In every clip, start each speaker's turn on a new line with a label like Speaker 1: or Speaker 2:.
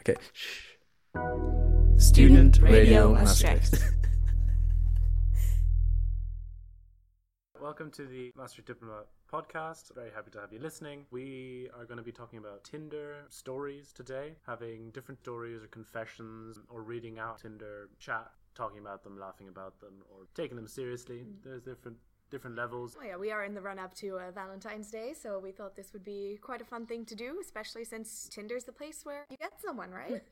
Speaker 1: Okay.
Speaker 2: Student Radio Maastricht.
Speaker 3: Welcome to the Master Diplomat podcast. Very happy to have you listening. We are going to be talking about Tinder stories today, having different stories or confessions, or reading out Tinder chat, talking about them, laughing about them, or taking them seriously. There's different different levels.
Speaker 4: Well, yeah, we are in the run up to uh, Valentine's Day, so we thought this would be quite a fun thing to do, especially since Tinder's the place where you get someone, right?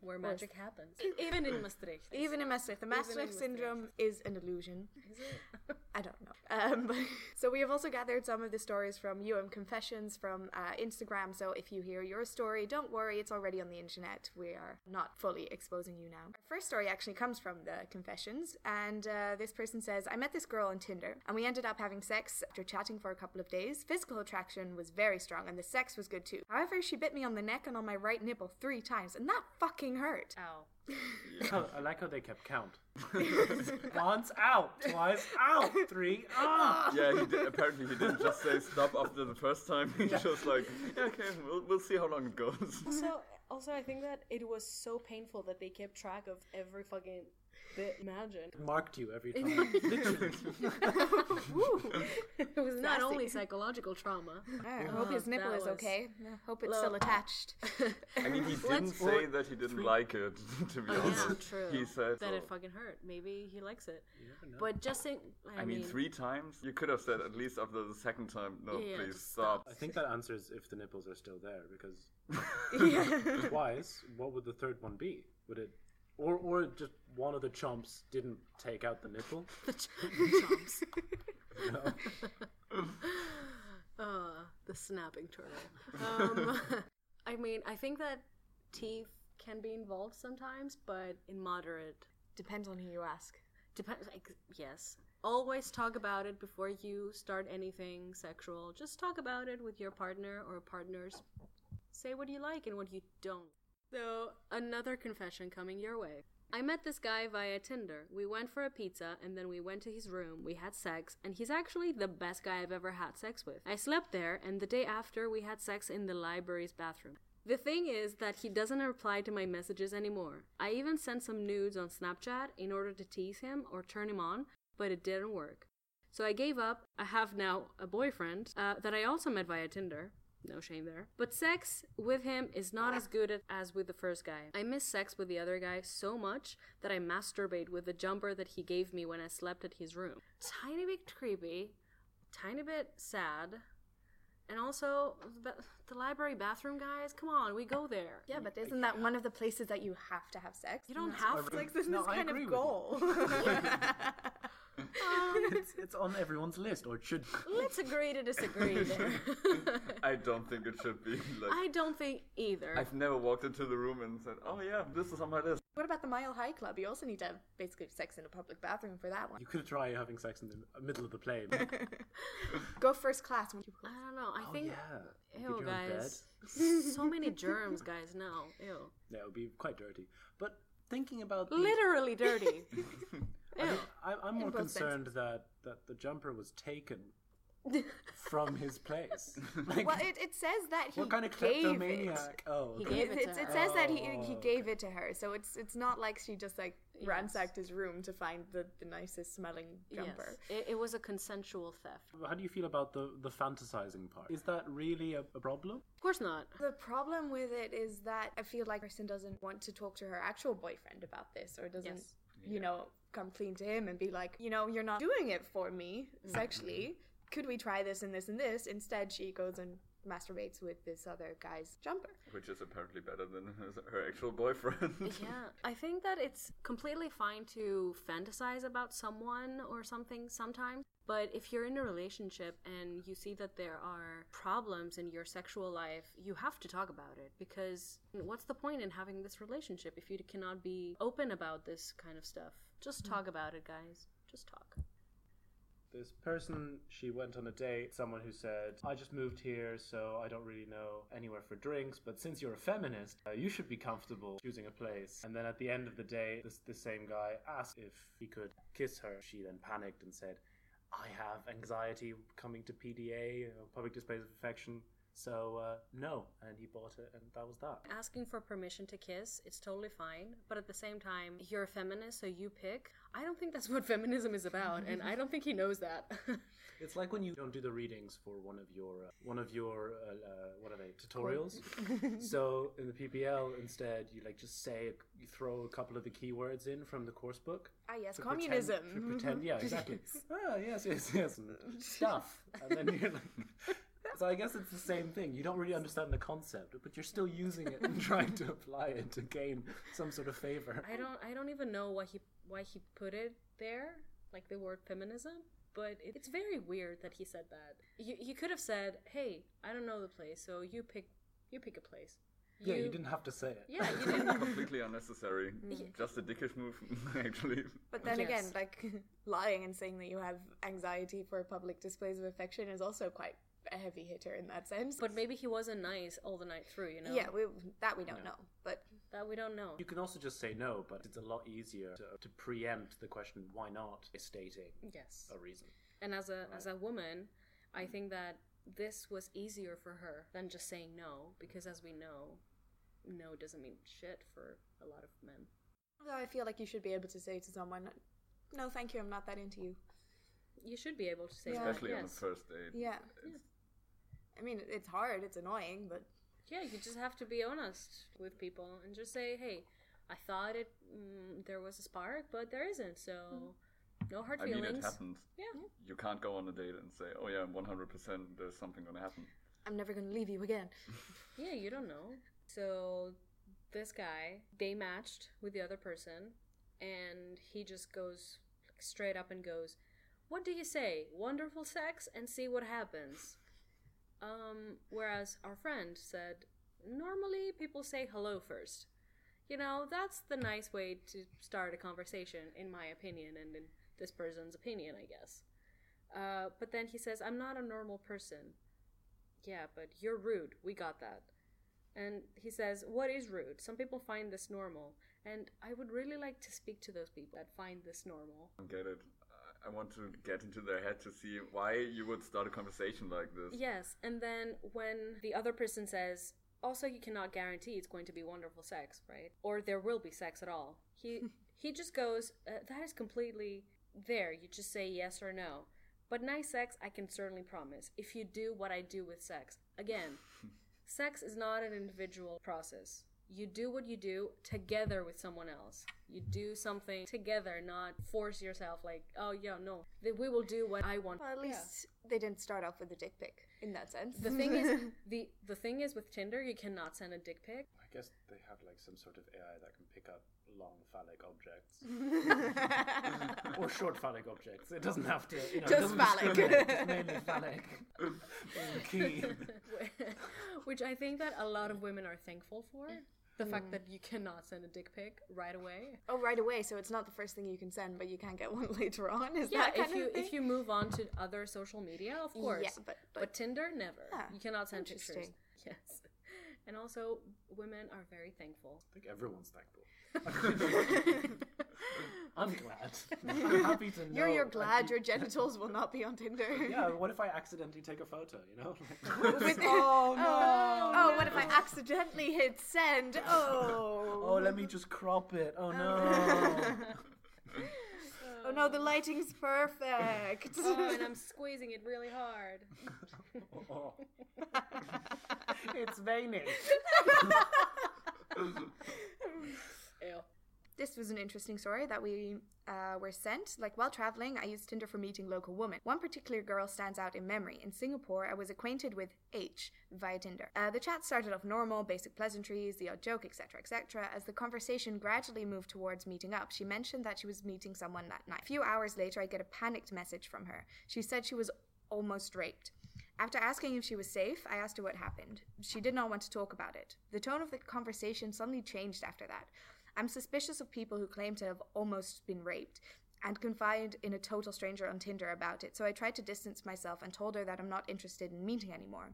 Speaker 2: Where magic happens.
Speaker 4: Even in
Speaker 2: Maastricht.
Speaker 4: Even in Maastricht, the
Speaker 2: Even in
Speaker 4: Maastricht
Speaker 2: Maastricht.
Speaker 4: syndrome is an illusion.
Speaker 2: Is it?
Speaker 4: I don't know. Um, but, so we have also gathered some of the stories from UM Confessions from uh, Instagram. So if you hear your story, don't worry, it's already on the internet. We are not fully exposing you now. Our first story actually comes from the Confessions, and uh, this person says, "I met this girl on Tinder, and we ended up having sex after chatting for a couple of days. Physical attraction was very strong, and the sex was good too. However, she bit me on the neck and on my right nipple three times, and that fucking hurt.
Speaker 2: Ow.
Speaker 3: Oh, I like how they kept count. Once out, twice out, three out.
Speaker 5: Yeah, he did, apparently he didn't just say stop after the first time. He just like, yeah, okay, we'll, we'll see how long it goes.
Speaker 6: Also, also, I think that it was so painful that they kept track of every fucking bit. Imagine.
Speaker 3: Marked you every time.
Speaker 6: It was
Speaker 2: Not
Speaker 6: nasty.
Speaker 2: only psychological trauma.
Speaker 4: I hope his
Speaker 2: that
Speaker 4: nipple is
Speaker 2: was-
Speaker 4: okay. I hope it's
Speaker 2: Well-
Speaker 4: still attached."
Speaker 5: I mean, he didn't say that he didn't like it, to be honest.
Speaker 2: Oh, yeah, true.
Speaker 5: He said, oh,
Speaker 2: that
Speaker 5: so.
Speaker 2: it fucking hurt. Maybe he likes it. But just think. I,
Speaker 5: I mean, three times? You could have said at least after the second time, no,
Speaker 2: Yeah,
Speaker 5: please
Speaker 2: just
Speaker 5: stop.
Speaker 2: stop.
Speaker 3: I think that answers if the nipples are still there because twice, what would the third one be? Would it or or just one of the chomps didn't take out the nipple?
Speaker 2: the ch- chomps. uh, the snapping turtle. Um, I mean, I think that teeth can be involved sometimes, but in moderate.
Speaker 4: Depends on who you ask.
Speaker 2: Depends. Like, yes. Always talk about it before you start anything sexual. Just talk about it with your partner or partners. Say what you like and what you don't. So, another confession coming your way. I met this guy via Tinder. We went for a pizza and then we went to his room. We had sex, and he's actually the best guy I've ever had sex with. I slept there, and the day after, we had sex in the library's bathroom. The thing is that he doesn't reply to my messages anymore. I even sent some nudes on Snapchat in order to tease him or turn him on, but it didn't work. So I gave up. I have now a boyfriend uh, that I also met via Tinder. No shame there. But sex with him is not as good as with the first guy. I miss sex with the other guy so much that I masturbate with the jumper that he gave me when I slept at his room. Tiny bit creepy, tiny bit sad, and also the- the library bathroom guys. Come on, we go there.
Speaker 4: Yeah, but isn't that one of the places that you have to have sex?
Speaker 2: You don't have to.
Speaker 4: Like this
Speaker 3: No,
Speaker 4: is
Speaker 3: I
Speaker 4: kind
Speaker 3: agree
Speaker 4: of
Speaker 3: with you.
Speaker 4: goal.
Speaker 3: it's, it's on everyone's list, or it should.
Speaker 2: Let's agree to disagree. there.
Speaker 5: I don't think it should be. Like,
Speaker 2: I don't think either.
Speaker 5: I've never walked into the room and said, oh yeah, this is on my list.
Speaker 4: what about the Mile High Club? You also need to have basically sex in a public bathroom for that one.
Speaker 3: You could try having sex in the middle of the plane.
Speaker 4: Go first class. When you...
Speaker 2: I don't know. I
Speaker 3: Oh
Speaker 2: think.
Speaker 3: yeah, You
Speaker 2: Ew,
Speaker 3: could do it in bed.
Speaker 2: guys. so many germs, guys. No, ew.
Speaker 3: Yeah, it would be quite dirty. But thinking about the,
Speaker 2: Literally dirty. ew.
Speaker 3: I, I'm more
Speaker 4: both
Speaker 3: concerned that that the jumper was taken from his place. Like,
Speaker 4: Well, it, it says that he
Speaker 3: what kind of
Speaker 4: gave
Speaker 3: kleptomaniac? Oh,
Speaker 2: He
Speaker 3: okay.
Speaker 4: It.
Speaker 2: Gave
Speaker 4: It,
Speaker 2: it
Speaker 4: it,
Speaker 2: to
Speaker 4: it
Speaker 2: her.
Speaker 4: says that he he
Speaker 3: Oh,
Speaker 4: gave it to her, so it's it's not like she just like
Speaker 2: Yes.
Speaker 4: ransacked his room to find the, the nicest smelling jumper.
Speaker 2: Yes, it, it was a consensual theft.
Speaker 3: How do you feel about the the fantasizing part? Is that really a, a problem?
Speaker 2: Of course not.
Speaker 4: The problem with it is that I feel like person doesn't want to talk to her actual boyfriend about this or doesn't,
Speaker 2: Yes.
Speaker 4: you know, come clean to him and be like, you know, you're not doing it for me
Speaker 2: Mm-hmm.
Speaker 4: sexually. Could we try this and this and this? Instead, she goes and masturbates with this other guy's jumper.
Speaker 5: Which is apparently better than his, her actual boyfriend.
Speaker 2: Yeah, I think that it's completely fine to fantasize about someone or something sometimes. But if you're in a relationship and you see that there are problems in your sexual life, you have to talk about it because what's the point in having this relationship if you cannot be open about this kind of stuff? Just talk about it, guys. Just talk.
Speaker 3: This person, she went on a date, someone who said, I just moved here, so I don't really know anywhere for drinks, but since you're a feminist, uh, you should be comfortable choosing a place. And then at the end of the day, this, this same guy asked if he could kiss her. She then panicked and said, I have anxiety coming to PDA, uh, public displays of affection. So uh, no, and he bought it, and that was that.
Speaker 2: Asking for permission to kiss, it's totally fine. But at the same time, you're a feminist, so you pick. I don't think that's what feminism is about, and I don't think he knows that.
Speaker 3: It's like when you don't do the readings for one of your uh, one of your uh, uh, what are they tutorials. so in the PPL, instead you like just say you throw a couple of the keywords in from the course book.
Speaker 4: Ah, yes,
Speaker 3: to
Speaker 4: communism.
Speaker 3: Pretend, to pretend, yeah, exactly. ah, yes, yes, yes. Stuff, and then you're like. So I guess it's the same thing. You don't really understand the concept, but you're still using it and trying to apply it to gain some sort of favor.
Speaker 2: I don't. I don't even know why he why he put it there, like the word feminism. But it, it's very weird that he said that. You you could have said, "Hey, I don't know the place, so you pick you pick a place."
Speaker 3: Yeah, you didn't have to say it.
Speaker 2: Yeah, you didn't.
Speaker 5: Completely unnecessary.
Speaker 2: Mm.
Speaker 5: Just a dickish move, actually.
Speaker 4: But then again,
Speaker 2: Yes.
Speaker 4: like lying and saying that you have anxiety for public displays of affection is also quite a heavy hitter in that sense.
Speaker 2: but maybe he wasn't nice all the night through. You know.
Speaker 4: yeah, we, that we don't
Speaker 3: No.
Speaker 4: know. But
Speaker 2: That we don't know.
Speaker 3: You can also just say no, but it's a lot easier to, to preempt the question why not by stating
Speaker 2: yes.
Speaker 3: a reason.
Speaker 2: And as a as a woman,
Speaker 5: Mm.
Speaker 2: I think that this was easier for her than just saying no, because as we know, no doesn't mean shit for a lot of men.
Speaker 4: although I feel like you should be able to say to someone, "No, thank you, I'm not that into you."
Speaker 2: You should be able to say
Speaker 4: Yeah.
Speaker 2: that,
Speaker 5: Especially on the
Speaker 2: yes.
Speaker 5: first date.
Speaker 4: Yeah. I mean, it's hard. It's annoying, but
Speaker 2: Yeah, you just have to be honest with people and just say, "Hey, I thought it mm, there was a spark, but there isn't." So, no hard
Speaker 5: Mm-hmm. I
Speaker 2: feelings.
Speaker 5: mean, it happened.
Speaker 2: Yeah.
Speaker 5: You can't go on a date and say, oh yeah, I'm 100% there's something going to happen.
Speaker 4: I'm never going to leave you again.
Speaker 2: Yeah, you don't know. So this guy, they matched with the other person, and he just goes like, straight up and goes, "What do you say? Wonderful sex, and see what happens." Um, whereas our friend said, "Normally people say hello first. You know, that's the nice way to start a conversation, in my opinion, and in this person's opinion, I guess." Uh, but then he says, "I'm not a normal person. Yeah, but you're rude. We got that. And he says, What is rude? Some people find this normal. And I would really like to speak to those people that find this normal.
Speaker 5: I get it. I- I want to get into their head to see why you would start a conversation like this.
Speaker 2: Yes, and then when the other person says, Also, you cannot guarantee it's going to be wonderful sex, right? Or there will be sex at all. He, he just goes, uh, That is completely there. You just say yes or no. But nice sex, I can certainly promise, if you do what I do with sex. Again, Sex is not an individual process. You do what you do together with someone else. You do something together, not force yourself like, oh, yeah, no, th- we will do what I want.
Speaker 4: Well, at least they didn't start off with a dick pic in that sense.
Speaker 2: The thing is, the, the thing is with Tinder, you cannot send a dick pic.
Speaker 3: I guess they have like some sort of AI that can pick up long phallic objects or short phallic objects. It doesn't have to. You know, it
Speaker 4: Just
Speaker 3: doesn't
Speaker 4: phallic.
Speaker 3: discriminate, Just mainly phallic. Mm, Key.
Speaker 2: which I think that a lot of women are thankful for. The
Speaker 4: Hmm.
Speaker 2: fact that you cannot send a dick pic right away.
Speaker 4: oh, right away. So it's not the first thing you can send, but you can get one later on. Is
Speaker 2: Yeah,
Speaker 4: that kind
Speaker 2: if you
Speaker 4: of thing?
Speaker 2: if you move on to other social media, of course.
Speaker 4: Yeah, but- but-
Speaker 2: Tinder, never.
Speaker 4: Ah,
Speaker 2: you cannot send pictures.
Speaker 4: interesting.
Speaker 2: Yes, and also women are very thankful.
Speaker 3: I think everyone's thankful. I'm glad. I'm happy to know.
Speaker 4: You're, you're
Speaker 3: that
Speaker 4: glad
Speaker 3: you-
Speaker 4: your genitals will not be on Tinder.
Speaker 3: Yeah, what if I accidentally take a photo? You know.
Speaker 4: With-
Speaker 3: oh
Speaker 4: Oh, what if I accidentally hit send? Oh.
Speaker 3: Oh, let me just crop it. Oh no.
Speaker 4: Oh no, the lighting's perfect.
Speaker 2: Oh, and I'm squeezing it really hard.
Speaker 4: Oh.
Speaker 3: Oh. it's veining.
Speaker 2: Ew.
Speaker 4: This was an interesting story that we uh, were sent. Like, while traveling, I used Tinder for meeting local women. One particular girl stands out in memory. In Singapore, I was acquainted with H via Tinder. Uh, the chat started off normal, basic pleasantries, the odd joke, etc., etc. As the conversation gradually moved towards meeting up, she mentioned that she was meeting someone that night. A few hours later, I get a panicked message from her. She said she was almost raped. After asking if she was safe, I asked her what happened. She did not want to talk about it. The tone of the conversation suddenly changed after that. I'm suspicious of people who claim to have almost been raped and confide in a total stranger on Tinder about it, so I tried to distance myself and told her that I'm not interested in meeting anymore.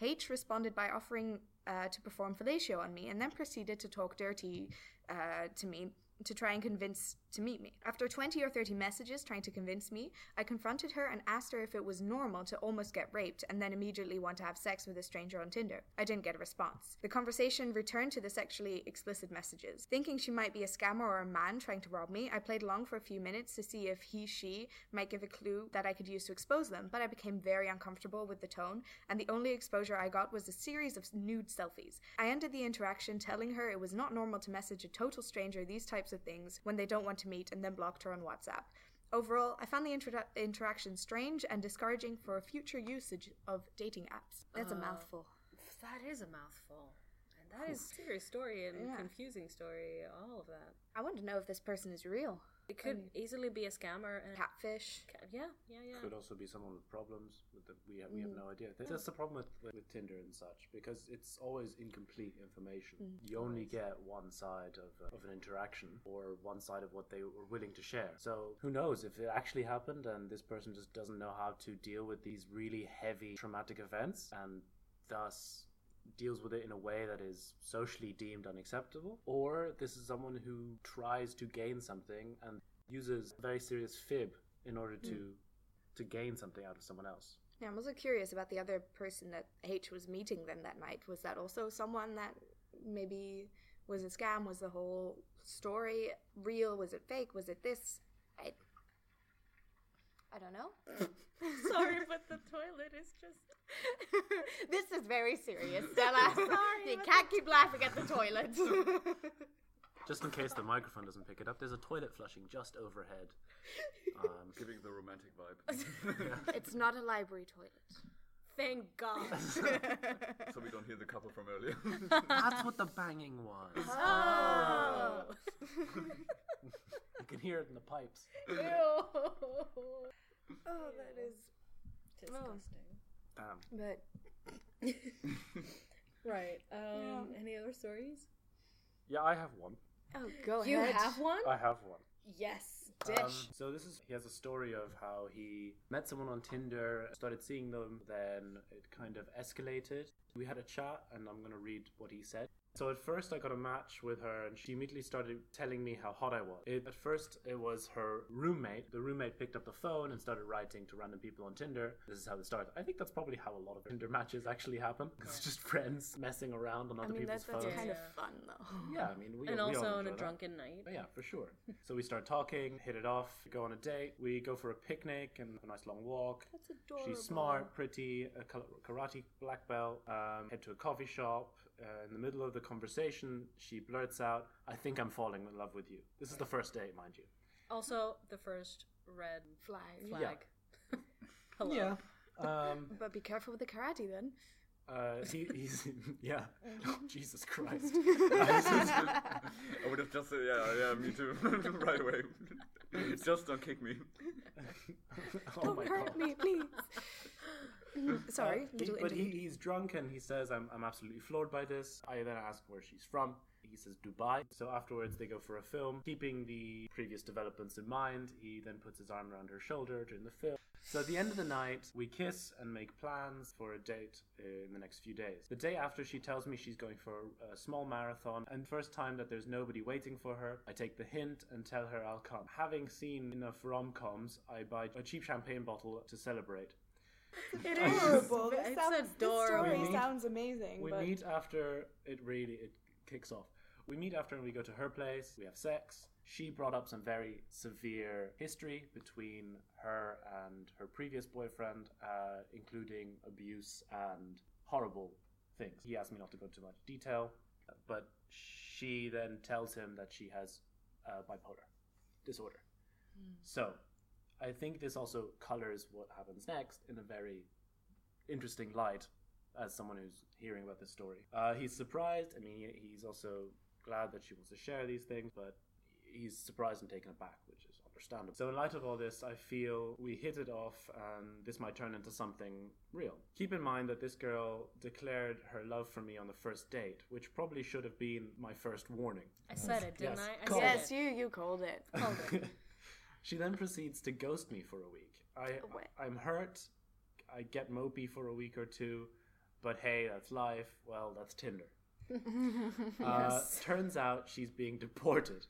Speaker 4: H responded by offering uh, to perform fellatio on me and then proceeded to talk dirty uh, to me to try and convince to meet me. After 20 or 30 messages trying to convince me, I confronted her and asked her if it was normal to almost get raped and then immediately want to have sex with a stranger on Tinder. I didn't get a response. The conversation returned to the sexually explicit messages. Thinking she might be a scammer or a man trying to rob me, I played along for a few minutes to see if he, she might give a clue that I could use to expose them, but I became very uncomfortable with the tone, and the only exposure I got was a series of nude selfies. I ended the interaction telling her it was not normal to message a total stranger these types of things when they don't want to meet and then blocked her on WhatsApp. Overall, I found the introdu- interaction strange and discouraging for future usage of dating apps. That's a mouthful.
Speaker 2: That is a mouthful. And that is a serious story and
Speaker 4: Yeah.
Speaker 2: confusing story, all of that.
Speaker 4: I want to know if this person is real.
Speaker 2: It could easily be a scammer and
Speaker 4: Catfish.
Speaker 2: ca- yeah, yeah, yeah.
Speaker 3: could also be someone with problems with that we have, we have no idea. That's that's the problem with, with, with Tinder and such because it's always incomplete information. You only get one side of, uh, of an interaction or one side of what they were willing to share. So who knows if it actually happened and this person just doesn't know how to deal with these really heavy traumatic events and thus deals with it in a way that is socially deemed unacceptable or this is someone who tries to gain something and uses a very serious fib in order to to gain something out of someone else.
Speaker 4: Yeah, I'm also curious about the other person that H was meeting then that night. Was that also someone that maybe was a scam? Was the whole story real? Was it fake? Was it this? I, I don't know.
Speaker 6: Sorry, but the toilet is just.
Speaker 4: this is very serious, Stella. you can't keep laughing at the toilet.
Speaker 3: Just in case the microphone doesn't pick it up, there's a toilet flushing just overhead. Um,
Speaker 5: Giving the romantic vibe.
Speaker 4: it's not a library toilet.
Speaker 2: Thank God.
Speaker 5: so we don't hear the couple from earlier.
Speaker 3: that's what the banging was.
Speaker 2: oh.
Speaker 3: You can hear it in the pipes.
Speaker 4: Oh, that is
Speaker 2: Oh.
Speaker 6: Disgusting.
Speaker 3: Damn.
Speaker 4: But
Speaker 6: Right. Um, Any other stories?
Speaker 3: Yeah, I have one.
Speaker 4: oh, go
Speaker 6: You
Speaker 4: ahead.
Speaker 6: have one?
Speaker 2: Uh,
Speaker 3: I have one.
Speaker 6: Yes.
Speaker 3: Um, so this is he has a story of how he met someone on Tinder, started seeing them, then it kind of escalated. We had a chat, and I'm gonna read what he said. So at first I got a match with her, and she immediately started telling me how hot I was. It, at first it was her roommate. The roommate picked up the phone and started writing to random people on Tinder. This is how it starts. I think that's probably how a lot of Tinder matches actually happen. 'cause It's just friends messing around on
Speaker 4: I
Speaker 3: other
Speaker 4: mean,
Speaker 3: people's
Speaker 4: that, that's
Speaker 3: phones.
Speaker 4: kind
Speaker 2: Yeah.
Speaker 4: of fun, though.
Speaker 3: yeah, I mean, we
Speaker 2: and
Speaker 3: we all
Speaker 2: also on
Speaker 3: enjoy
Speaker 2: a
Speaker 3: that.
Speaker 2: drunken night.
Speaker 3: But yeah, for sure. so we start talking, hit it off, go on a date. We go for a picnic and a nice long walk.
Speaker 4: That's adorable.
Speaker 3: She's smart, pretty, a kal- karate black belt. Um, head to a coffee shop. Uh, in the middle of the conversation, she blurts out, "I think I'm falling in love with you." This is the first date, mind you.
Speaker 2: Also, the first red
Speaker 4: Flag.
Speaker 2: flag. Hello.
Speaker 3: Um,
Speaker 4: But be careful with the karate then.
Speaker 3: uh, he, he's yeah. Jesus Christ.
Speaker 5: I would have just said, yeah, yeah, me too, right away. just don't kick me.
Speaker 3: oh
Speaker 4: Don't
Speaker 3: my
Speaker 4: hurt
Speaker 3: God.
Speaker 4: me, please. Sorry,
Speaker 3: Uh,
Speaker 4: little
Speaker 3: he- but he,
Speaker 4: interlude.
Speaker 3: he's drunk and he says, I'm, I'm absolutely floored by this. I then ask where she's from. He says Dubai. So afterwards, they go for a film. Keeping the previous developments in mind, he then puts his arm around her shoulder during the film. So at the end of the night, we kiss and make plans for a date uh, in the next few days. The day after, she tells me she's going for a small marathon, and first time that there's nobody waiting for her, I take the hint and tell her I'll come. Having seen enough rom coms, I buy a cheap champagne bottle to celebrate.
Speaker 4: It is adorable.
Speaker 2: It's adorable.
Speaker 4: This
Speaker 3: We
Speaker 4: story
Speaker 3: need-
Speaker 4: sounds amazing.
Speaker 3: We
Speaker 4: but
Speaker 3: meet after it really it kicks off. We meet after and we go to her place. We have sex. She brought up some very severe history between her and her previous boyfriend, uh, including abuse and horrible things. He asked me not to go into much detail, but she then tells him that she has uh, bipolar disorder. So, I think this also colors what happens next in a very interesting light as someone who's hearing about this story. Uh, he's surprised. I mean, he- he's also glad that she wants to share these things, but he's surprised and taken aback, which is understandable. So, in light of all this, I feel we hit it off and this might turn into something real. Keep in mind that this girl declared her love for me on the first date, which probably should have been my first warning.
Speaker 2: I said it, didn't
Speaker 3: Yes.
Speaker 2: I? I
Speaker 3: Call
Speaker 2: said
Speaker 4: Yes,
Speaker 2: it.
Speaker 4: you you called it. Called it.
Speaker 3: she then proceeds to ghost me for a week. I,
Speaker 4: What?
Speaker 3: I am hurt. I get mopey for a week or two, but hey, that's life. Well, that's Tinder. Uh, turns out she's being deported.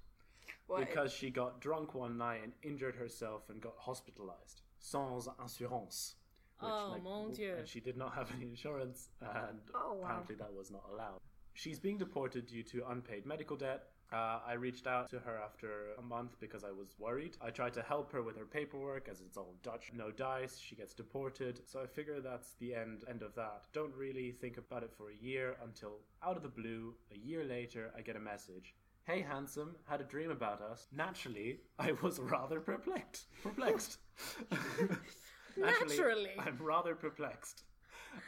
Speaker 4: Why?
Speaker 3: because she got drunk one night and injured herself and got hospitalized sans assurance. which,
Speaker 2: Oh, mon Dieu.
Speaker 3: And she did not have any insurance, and
Speaker 4: Oh, wow.
Speaker 3: apparently that was not allowed. She's being deported due to unpaid medical debt. Uh, I reached out to her after a month because I was worried. I tried to help her with her paperwork, as it's all Dutch. No dice. She gets deported. So I figure that's the end end of that. Don't really think about it for a year until, out of the blue, a year later, I get a message. Hey, handsome, had a dream about us. Naturally, I was rather perplexed. Perplexed. Actually,
Speaker 6: Naturally.
Speaker 3: I'm rather perplexed.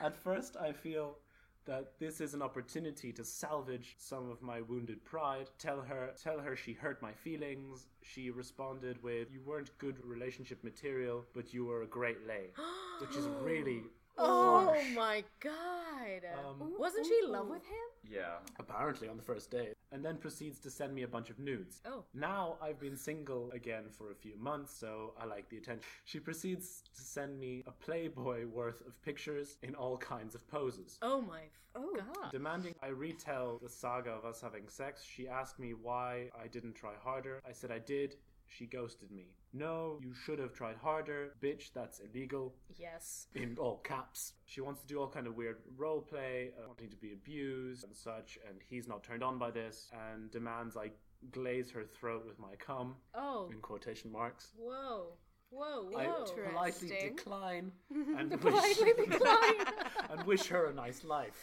Speaker 3: At first, I feel that this is an opportunity to salvage some of my wounded pride. Tell her, tell her she hurt my feelings. She responded with, "You weren't good relationship material, but you were a great lay," which is really
Speaker 2: Oh
Speaker 3: harsh.
Speaker 2: my god.
Speaker 3: Um,
Speaker 2: Wasn't she in love with him?
Speaker 5: Yeah.
Speaker 3: apparently on the first date, and then proceeds to send me a bunch of nudes.
Speaker 2: Oh.
Speaker 3: Now I've been single again for a few months, so I like the attention. She proceeds to send me a Playboy worth of pictures in all kinds of poses.
Speaker 2: Oh my
Speaker 6: Oh.
Speaker 2: god.
Speaker 3: Demanding I retell the saga of us having sex, she asked me why I didn't try harder. I said I did. She ghosted me. No, you should have tried harder. Bitch, that's illegal
Speaker 2: Yes.
Speaker 3: in all caps. She wants to do all kind of weird role play, uh, wanting to be abused and such, and he's not turned on by this, and demands I glaze her throat with my cum
Speaker 2: Oh.
Speaker 3: in quotation marks.
Speaker 2: Whoa. Whoa.
Speaker 3: I
Speaker 2: Whoa.
Speaker 3: politely
Speaker 4: Interesting.
Speaker 3: decline and
Speaker 2: Politely
Speaker 3: wish,
Speaker 2: decline.
Speaker 3: and wish her a nice life.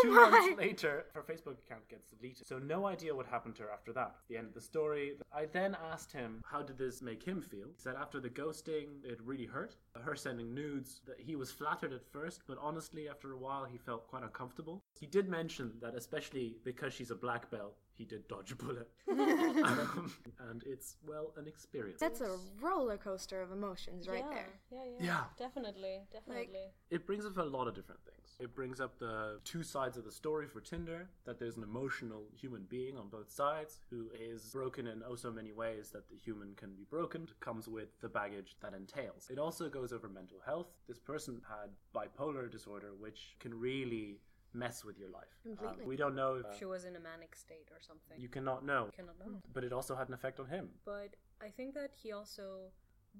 Speaker 3: Two months later, her Facebook account gets deleted, so no idea what happened to her after that. The end of the story. I then asked him, "How did this make him feel?" He said, "After the ghosting, it really hurt. Her sending nudes. That he was flattered at first, but honestly, after a while, he felt quite uncomfortable." He did mention that, especially because she's a black belt, he did dodge a bullet, Um, and it's well an experience.
Speaker 4: That's a roller coaster of emotions right
Speaker 6: yeah,
Speaker 4: there.
Speaker 6: Yeah, yeah,
Speaker 3: Yeah.
Speaker 6: Definitely, definitely.
Speaker 3: It brings up a lot of different things. It brings up the two sides of the story for Tinder that there's an emotional human being on both sides who is broken in oh so many ways that the human can be broken, comes with the baggage that entails. It also goes over mental health. This person had bipolar disorder, which can really mess with your life. Um,
Speaker 4: Completely.
Speaker 3: we don't know if uh,
Speaker 2: She was in a manic state or something.
Speaker 3: you cannot know,
Speaker 2: cannot know.
Speaker 3: but it also had an effect on him.
Speaker 2: But I think that he also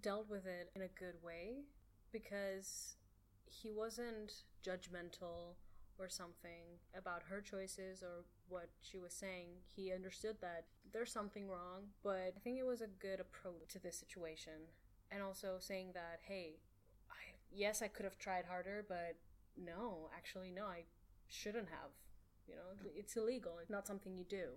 Speaker 2: dealt with it in a good way because he wasn't judgmental or something about her choices or what she was saying. He understood that there's something wrong, but I think it was a good approach to this situation. And also saying that, hey, I, yes, I could have tried harder, but no, actually, no, I shouldn't have. You know, it's illegal. It's not something you do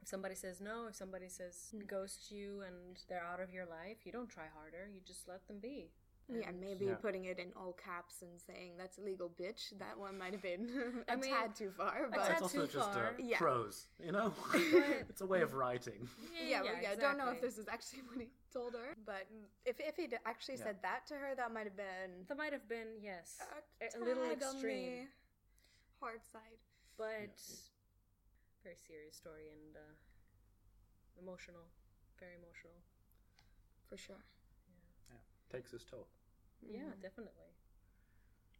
Speaker 2: if somebody says no, if somebody says
Speaker 4: Hmm.
Speaker 2: ghosts you and they're out of your life, you don't try harder. You just let them be.
Speaker 4: Yeah,
Speaker 2: And-
Speaker 4: maybe
Speaker 3: Yeah.
Speaker 4: putting it in all caps and saying that's illegal, bitch. That one might have been a
Speaker 2: I mean,
Speaker 4: tad too far,
Speaker 2: a
Speaker 4: but
Speaker 2: tad
Speaker 3: It's also
Speaker 2: too
Speaker 3: just uh,
Speaker 2: far.
Speaker 4: Yeah.
Speaker 3: prose, you know? it's a way of writing.
Speaker 4: yeah, we yeah, don't know if
Speaker 2: exactly. Mm.
Speaker 4: this is actually what he told her. But if if he'd actually
Speaker 3: Yeah.
Speaker 4: said that to her, that might have been
Speaker 2: that might have been yes,
Speaker 4: a,
Speaker 2: a, a little
Speaker 4: tad on
Speaker 2: extreme,
Speaker 4: the hard side.
Speaker 2: but
Speaker 3: Yeah.
Speaker 2: very serious story and uh, emotional, very emotional.
Speaker 4: For sure.
Speaker 3: Takes its toll.
Speaker 4: Mm-hmm.
Speaker 2: Yeah, definitely.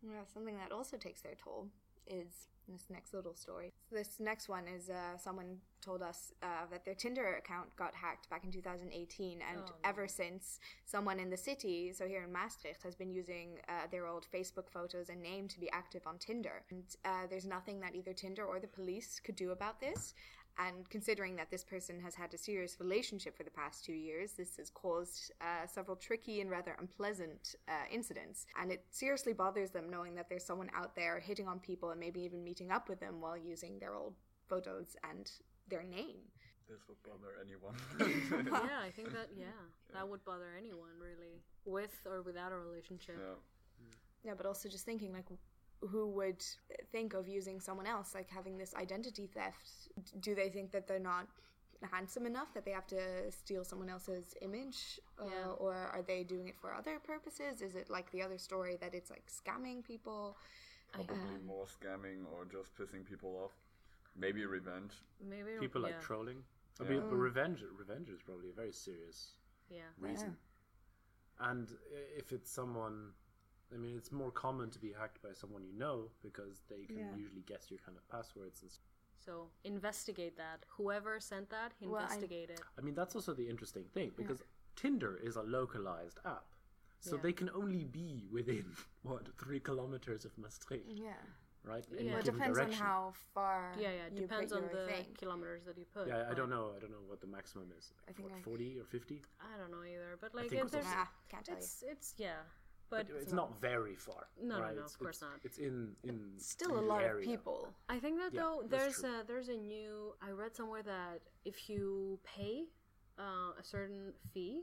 Speaker 4: Yeah, something that also takes their toll is this next little story. This next one is uh, someone told us uh, that their Tinder account got hacked back in 2018, and
Speaker 2: Oh, no.
Speaker 4: ever since, someone in the city, so here in Maastricht, has been using uh, their old Facebook photos and name to be active on Tinder. And uh, there's nothing that either Tinder or the police could do about this. And considering that this person has had a serious relationship for the past two years, this has caused uh, several tricky and rather unpleasant uh, incidents. And it seriously bothers them knowing that there's someone out there hitting on people and maybe even meeting up with them while using their old photos and their name.
Speaker 5: This would bother anyone.
Speaker 2: yeah, I think that yeah, that would bother anyone really, with or without a relationship.
Speaker 5: yeah.
Speaker 4: Yeah, but also just thinking like who would think of using someone else like having this identity theft? Do they think that they're not handsome enough that they have to steal someone else's image uh,
Speaker 2: Yeah.
Speaker 4: or are they doing it for other purposes? Is it like the other story that it's like scamming people? Um,
Speaker 5: Probably more scamming or just pissing people off. Maybe revenge.
Speaker 2: Maybe
Speaker 3: people
Speaker 2: yeah,
Speaker 3: like trolling. I
Speaker 5: Yeah.
Speaker 3: mean,
Speaker 4: Mm.
Speaker 3: but revenge, revenge is probably a very serious
Speaker 2: yeah.
Speaker 3: reason. And i- if it's someone, I mean, it's more common to be hacked by someone you know because they can usually guess your kind of passwords. And s-
Speaker 2: So investigate that. Whoever sent that,
Speaker 4: Well, I-
Speaker 2: investigate it.
Speaker 3: I mean, that's also the interesting thing because Tinder is a localized app. So
Speaker 2: Yeah.
Speaker 3: they can only be within what three kilometers of Maastricht,
Speaker 4: Mm-hmm. Yeah.
Speaker 3: right?
Speaker 2: Yeah.
Speaker 3: a
Speaker 4: Well, it
Speaker 3: given
Speaker 4: depends
Speaker 3: direction.
Speaker 4: on how far.
Speaker 2: Yeah, yeah. It
Speaker 4: Uh, you put
Speaker 2: depends on
Speaker 4: your
Speaker 2: the
Speaker 4: thing.
Speaker 2: kilometers that you put.
Speaker 3: Yeah, I
Speaker 2: but
Speaker 3: don't know. I don't know what the maximum is. Like,
Speaker 4: um, I think
Speaker 3: what,
Speaker 4: I-
Speaker 3: forty or fifty.
Speaker 2: I don't know either. But like,
Speaker 3: think
Speaker 2: it,
Speaker 3: it's
Speaker 2: there's,
Speaker 4: Nah, can't tell you.
Speaker 2: it's it's yeah. But
Speaker 3: But it's not very far.
Speaker 2: No, no,
Speaker 3: right?
Speaker 2: no,
Speaker 3: It's-
Speaker 2: of course
Speaker 3: it's-
Speaker 2: not.
Speaker 3: It's in in
Speaker 4: Still a
Speaker 3: in the
Speaker 4: lot of
Speaker 3: area.
Speaker 4: people.
Speaker 2: I think that
Speaker 3: Yeah,
Speaker 2: though
Speaker 3: that's
Speaker 2: there's
Speaker 3: true.
Speaker 2: a there's a new I read somewhere that if you pay uh, a certain fee,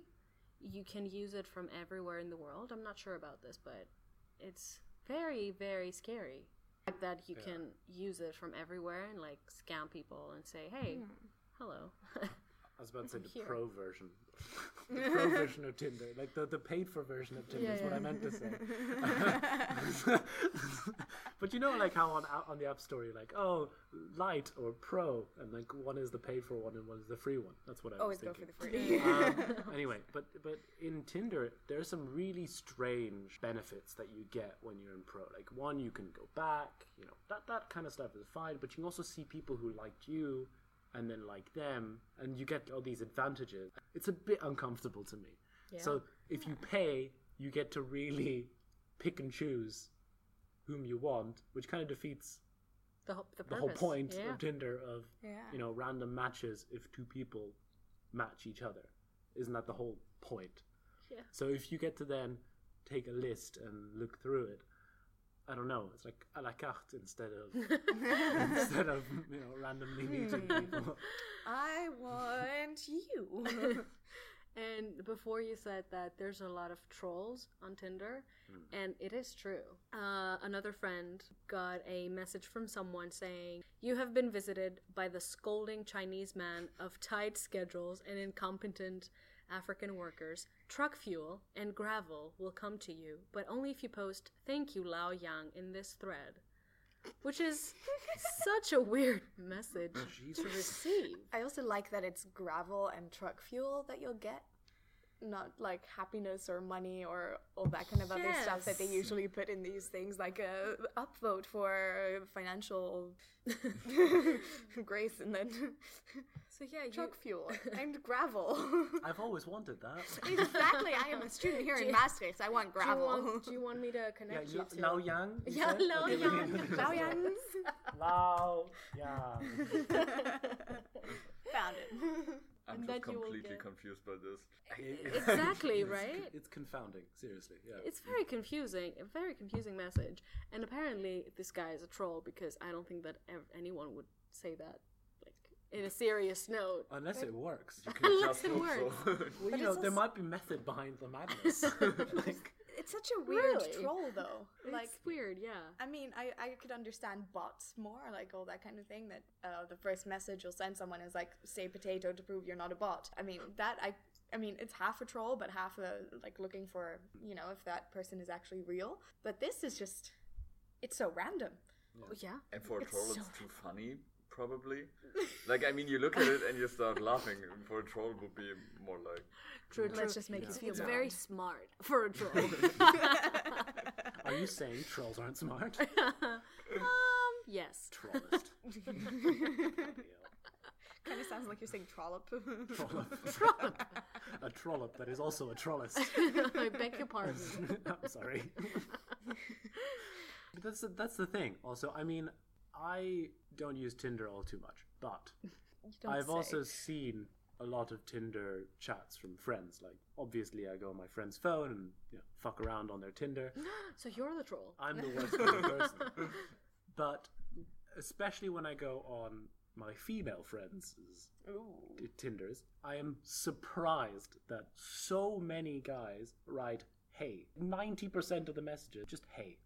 Speaker 2: you can use it from everywhere in the world. I'm not sure about this, but it's very very scary Like that you can use it from everywhere and like scam people and say, "Hey, hello."
Speaker 3: I was about to say the pro version. the pro version of Tinder. Like the, the paid for version of Tinder is what I meant to say. but you know like how on a- on the app story like oh light or pro and like one is the paid for one and one is the free one. That's what I
Speaker 4: Always
Speaker 3: was
Speaker 4: go
Speaker 3: thinking.
Speaker 4: for the free.
Speaker 3: Um, anyway, but but in Tinder, there are some really strange benefits that you get when you're in pro. Like one, you can go back. You know that that kind of stuff is fine. But you can also see people who liked you, and then like them, and you get all these advantages. It's a bit uncomfortable to me. So if you pay, you get to really pick and choose whom you want, which kind of defeats
Speaker 2: The, ho- the,
Speaker 3: the whole
Speaker 2: purpose.
Speaker 3: point
Speaker 2: Yeah.
Speaker 3: of Tinder of
Speaker 4: Yeah.
Speaker 3: you know random matches if two people match each other. Isn't that the whole point?
Speaker 2: Yeah.
Speaker 3: So if you get to then take a list and look through it, I don't know. It's like a la carte instead of instead of you know randomly meeting people.
Speaker 4: I want
Speaker 2: Uh-huh.
Speaker 4: you.
Speaker 2: And before you said that there's a lot of trolls on Tinder, and it is true. Uh, another friend got a message from someone saying, You have been visited by the scolding Chinese man of tight schedules and incompetent African workers. Truck fuel and gravel will come to you, but only if you post, Thank you, Lao Yang, in this thread. Which is such a weird message to receive.
Speaker 4: I also like that it's gravel and truck fuel that you'll get, not like happiness or money or all that kind of other stuff that they
Speaker 2: Yes.
Speaker 4: usually put in these things, like a upvote for financial grace and then
Speaker 2: So, yeah, you,
Speaker 4: truck fuel and gravel.
Speaker 3: I've always wanted that.
Speaker 4: exactly, I am a student here in Maastricht. I want
Speaker 6: Do you,
Speaker 4: gravel.
Speaker 6: want, do you want me to
Speaker 3: Yeah,
Speaker 6: connect
Speaker 3: Lao-
Speaker 6: you to?
Speaker 3: Lao Yang. you
Speaker 2: Yeah,
Speaker 3: said?
Speaker 2: Lao
Speaker 3: Okay.
Speaker 2: Yang.
Speaker 4: Bao Yangs.
Speaker 3: Lao Yang.
Speaker 4: Found it.
Speaker 5: I'm
Speaker 6: And
Speaker 5: just
Speaker 6: that you will
Speaker 5: completely
Speaker 6: get-
Speaker 5: confused by this.
Speaker 2: Exactly,
Speaker 3: It's-
Speaker 2: right?
Speaker 3: It's confounding, seriously. Yeah.
Speaker 2: It's very confusing, a very confusing message. And apparently, this guy is a troll because I don't think that ev- anyone would say that, like, in a serious note.
Speaker 3: Unless it works. You can-
Speaker 2: Unless
Speaker 5: Just
Speaker 2: it
Speaker 5: hope
Speaker 2: works.
Speaker 5: so.
Speaker 3: well, you know, there might be method behind the madness. like,
Speaker 4: It's such a weird
Speaker 2: Really?
Speaker 4: troll, though. Like,
Speaker 2: it's weird, yeah.
Speaker 4: I mean, I, I could understand bots more, like all that kind of thing. That uh, the first message you'll send someone is like, "Say potato" to prove you're not a bot. I mean, that I, I mean, it's half a troll, but half a like looking for, you know, if that person is actually real. But this is just, it's so random.
Speaker 2: Oh, yeah.
Speaker 5: and for a
Speaker 4: It's
Speaker 5: troll,
Speaker 4: so
Speaker 5: it's too funny, probably. Like, I mean, you look at it and you start laughing. and For a troll, it would be more like.
Speaker 2: True, true.
Speaker 4: Let's just make you feel
Speaker 2: it's
Speaker 4: bad.
Speaker 2: very smart for a troll.
Speaker 3: are you saying trolls aren't smart?
Speaker 2: um, yes.
Speaker 3: Trollist.
Speaker 4: kind of sounds like you're saying trollop.
Speaker 3: a trollop that is also a trollist.
Speaker 2: I beg your pardon.
Speaker 3: I'm sorry. but that's the, that's the thing. Also, I mean, I don't use Tinder all too much, but I've also seen a lot of Tinder chats from friends. Like, obviously, I go on my friend's phone and you know, fuck around on their Tinder.
Speaker 2: So you're the troll.
Speaker 3: I'm the worst kind of person. But especially when I go on my female friends' t- Tinders, I am surprised that so many guys write hey. 90% of the messages just hey.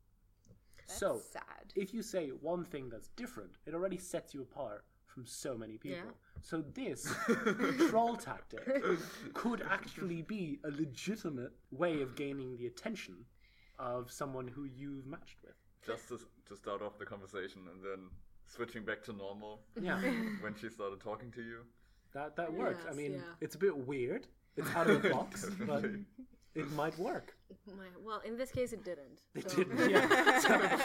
Speaker 3: so
Speaker 4: sad.
Speaker 3: if you say one thing that's different, it already sets you apart from so many people. So this troll tactic could actually be a legitimate way of gaining the attention of someone who you've matched with.
Speaker 5: Just to, to start off the conversation and then switching back to normal
Speaker 3: Yeah,
Speaker 5: when she started talking to you.
Speaker 3: that that works. I
Speaker 2: Yes,
Speaker 3: mean,
Speaker 2: yeah.
Speaker 3: it's a bit weird. It's out of the box, but it might work.
Speaker 2: My, well, in this case, it didn't.
Speaker 3: It
Speaker 2: So
Speaker 3: didn't. Yeah.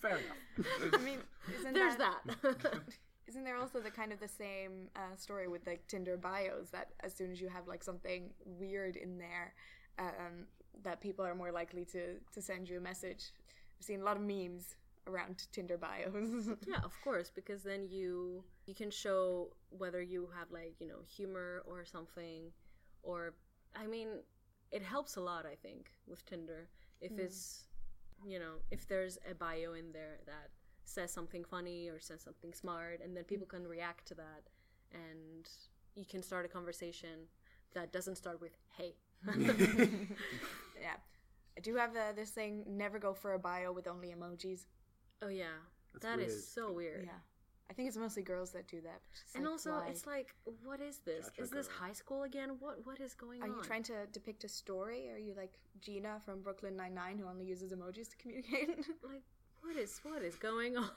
Speaker 3: Fair enough.
Speaker 4: I mean, isn't
Speaker 2: There's
Speaker 4: that.
Speaker 2: that.
Speaker 4: Isn't there also the kind of the same uh, story with like Tinder bios that as soon as you have like something weird in there, um, that people are more likely to to send you a message. I've seen a lot of memes around Tinder bios.
Speaker 2: yeah, of course, because then you you can show whether you have like, you know, humor or something or I mean, it helps a lot, I think, with Tinder
Speaker 4: Hmm.
Speaker 2: if it's you know, if there's a bio in there that says something funny or says something smart and then people
Speaker 4: Hmm.
Speaker 2: can react to that and you can start a conversation that doesn't start with hey.
Speaker 4: yeah, I do have uh, this thing: never go for a bio with only emojis.
Speaker 2: Oh yeah.
Speaker 3: That's
Speaker 2: that is
Speaker 3: weird.
Speaker 2: so weird.
Speaker 4: Yeah, I think it's mostly girls that do that. It's
Speaker 2: And
Speaker 4: like,
Speaker 2: also,
Speaker 4: why?
Speaker 2: it's like, what is this?
Speaker 3: Gotcha,
Speaker 2: is this
Speaker 3: girl.
Speaker 2: high school again? What what is going
Speaker 4: Are
Speaker 2: on?
Speaker 4: you trying to depict a story? Are you like Gina from Brooklyn Nine Nine who only uses emojis to communicate?
Speaker 2: like what is what is going on?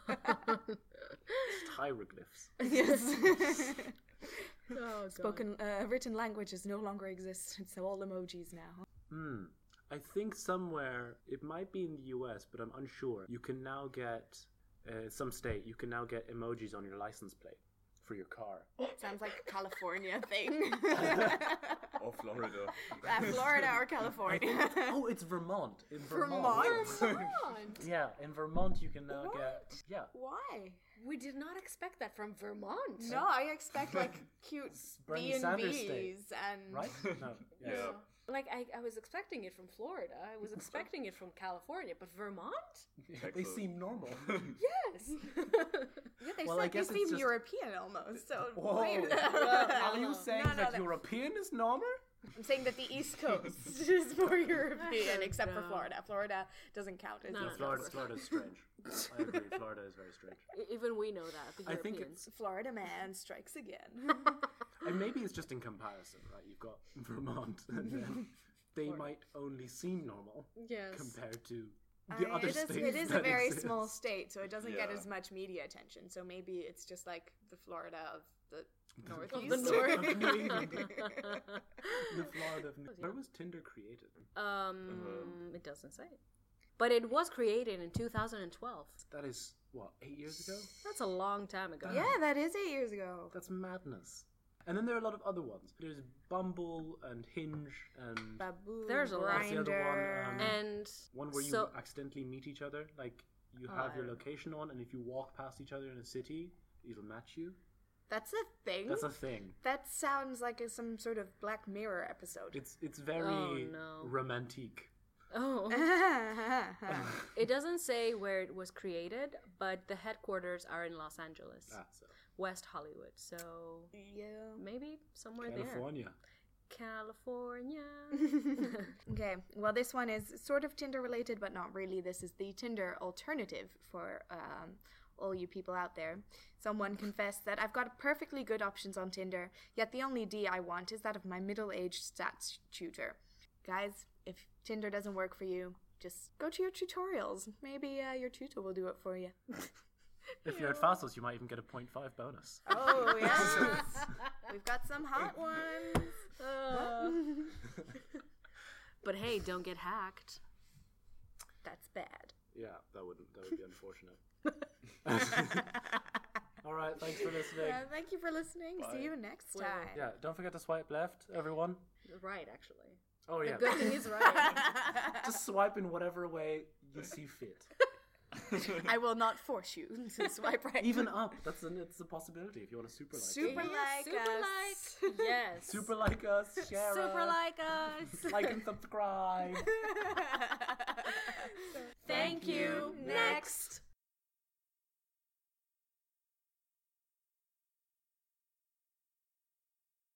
Speaker 3: Hieroglyphs.
Speaker 4: yes.
Speaker 2: oh, God.
Speaker 4: Spoken, uh, written languages no longer exist. It's all emojis now.
Speaker 3: Hmm. I think somewhere it might be in the U.S., but I'm unsure. You can now get uh, some state. You can now get emojis on your license plate for your car.
Speaker 4: Sounds like a California thing.
Speaker 5: Or Florida.
Speaker 4: Uh, Florida or California.
Speaker 3: oh, it's Vermont. In Vermont.
Speaker 4: Vermont?
Speaker 3: Yeah, in Vermont you can now get yeah.
Speaker 4: Why?
Speaker 2: We did not expect that from Vermont.
Speaker 4: No, I expect like cute B
Speaker 3: Bernie
Speaker 4: and
Speaker 3: Sanders state.
Speaker 4: B's and
Speaker 3: Right? No. Yeah.
Speaker 5: Yeah.
Speaker 2: Like I, I was expecting it from Florida. I was expecting it from California, but Vermont?
Speaker 3: They seem normal.
Speaker 2: Yes.
Speaker 4: Yeah, they,
Speaker 3: Well,
Speaker 4: said
Speaker 3: I guess it's
Speaker 4: they seem
Speaker 3: just-
Speaker 4: European almost. So
Speaker 3: Whoa.
Speaker 4: weird.
Speaker 3: Are you saying
Speaker 4: no,
Speaker 3: that
Speaker 4: that-
Speaker 3: European is normal?
Speaker 4: I'm saying that the East Coast is more European,
Speaker 2: don't
Speaker 4: except for
Speaker 2: know.
Speaker 4: Florida. Florida doesn't count. as
Speaker 2: No,
Speaker 4: East
Speaker 2: no,
Speaker 3: Yeah,
Speaker 2: no.
Speaker 3: Florida,
Speaker 4: Coast.
Speaker 3: Florida is strange. I agree. Florida is very strange.
Speaker 2: E, Even we know that, the
Speaker 3: I think
Speaker 2: Europeans.
Speaker 4: Florida man strikes again.
Speaker 3: And maybe it's just in comparison, right? You've got Vermont, and then they might only seem normal
Speaker 2: Yes.
Speaker 3: compared to the
Speaker 4: Uh,
Speaker 3: other
Speaker 4: it is,
Speaker 3: states.
Speaker 4: it is a
Speaker 3: that
Speaker 4: very
Speaker 3: exist.
Speaker 4: small state, so it doesn't get
Speaker 5: Yeah.
Speaker 4: as much media attention. So maybe it's just like the Florida of the northeast.
Speaker 2: the
Speaker 3: Of New England.
Speaker 2: um,
Speaker 3: The Florida. of New- Where was Tinder created?
Speaker 2: Um,
Speaker 3: Uh-huh.
Speaker 2: it doesn't say. But it was created in 2012.
Speaker 3: That is what eight years ago.
Speaker 2: That's a long time
Speaker 3: Ah.
Speaker 2: ago.
Speaker 4: yeah, that is eight years ago.
Speaker 3: That's madness. And then there are a lot of other ones. There's Bumble and Hinge and
Speaker 4: Baboon,
Speaker 2: There's a lot. That's
Speaker 3: the other one,
Speaker 4: Grindr.
Speaker 3: um,
Speaker 2: And
Speaker 3: one where you
Speaker 2: so-
Speaker 3: accidentally meet each other. Like you
Speaker 2: Oh,
Speaker 3: have
Speaker 2: I
Speaker 3: your
Speaker 2: don't know.
Speaker 3: location on, and if you walk past each other in a city, it'll match you.
Speaker 4: That's a thing.
Speaker 3: That's a thing.
Speaker 4: that sounds like a, some sort of Black Mirror episode.
Speaker 3: It's it's very
Speaker 2: Oh, no.
Speaker 3: romantic. Ah,
Speaker 2: oh,
Speaker 4: yeah,
Speaker 2: It doesn't say where it was created, but the headquarters are in Los Angeles,
Speaker 3: Ah, so.
Speaker 2: West Hollywood. So maybe somewhere
Speaker 3: California.
Speaker 2: there. California.
Speaker 4: Okay, well, this one is sort of Tinder related, but not really. This is the Tinder alternative for um, all you people out there. Someone confessed that I've got perfectly good options on Tinder, yet the only D I want is that of my middle aged stats tutor. Guys, if Tinder doesn't work for you, just go to your tutorials. Maybe uh, your tutor will do it for you.
Speaker 3: If you're at Fossils, you might even get a 0.5 bonus.
Speaker 4: Oh, yes! We've got some hot ones.
Speaker 2: but hey, don't get hacked.
Speaker 4: That's bad.
Speaker 3: Yeah, that would that would be unfortunate. All right, thanks for listening.
Speaker 4: Uh, thank you for listening. See you next time.
Speaker 3: Yeah, don't forget to swipe left, everyone.
Speaker 2: Right, actually.
Speaker 3: Oh yeah,
Speaker 2: Good thing is right.
Speaker 3: just swipe in whatever way you see fit.
Speaker 4: I will not force you to swipe right.
Speaker 3: Even up, that's an, it's a possibility if you want to super like. us.
Speaker 4: super like
Speaker 2: super
Speaker 4: us.
Speaker 2: yes.
Speaker 3: super like us, share
Speaker 4: Super
Speaker 3: us,
Speaker 4: like us.
Speaker 3: like and subscribe.
Speaker 2: Thank you.
Speaker 4: Next.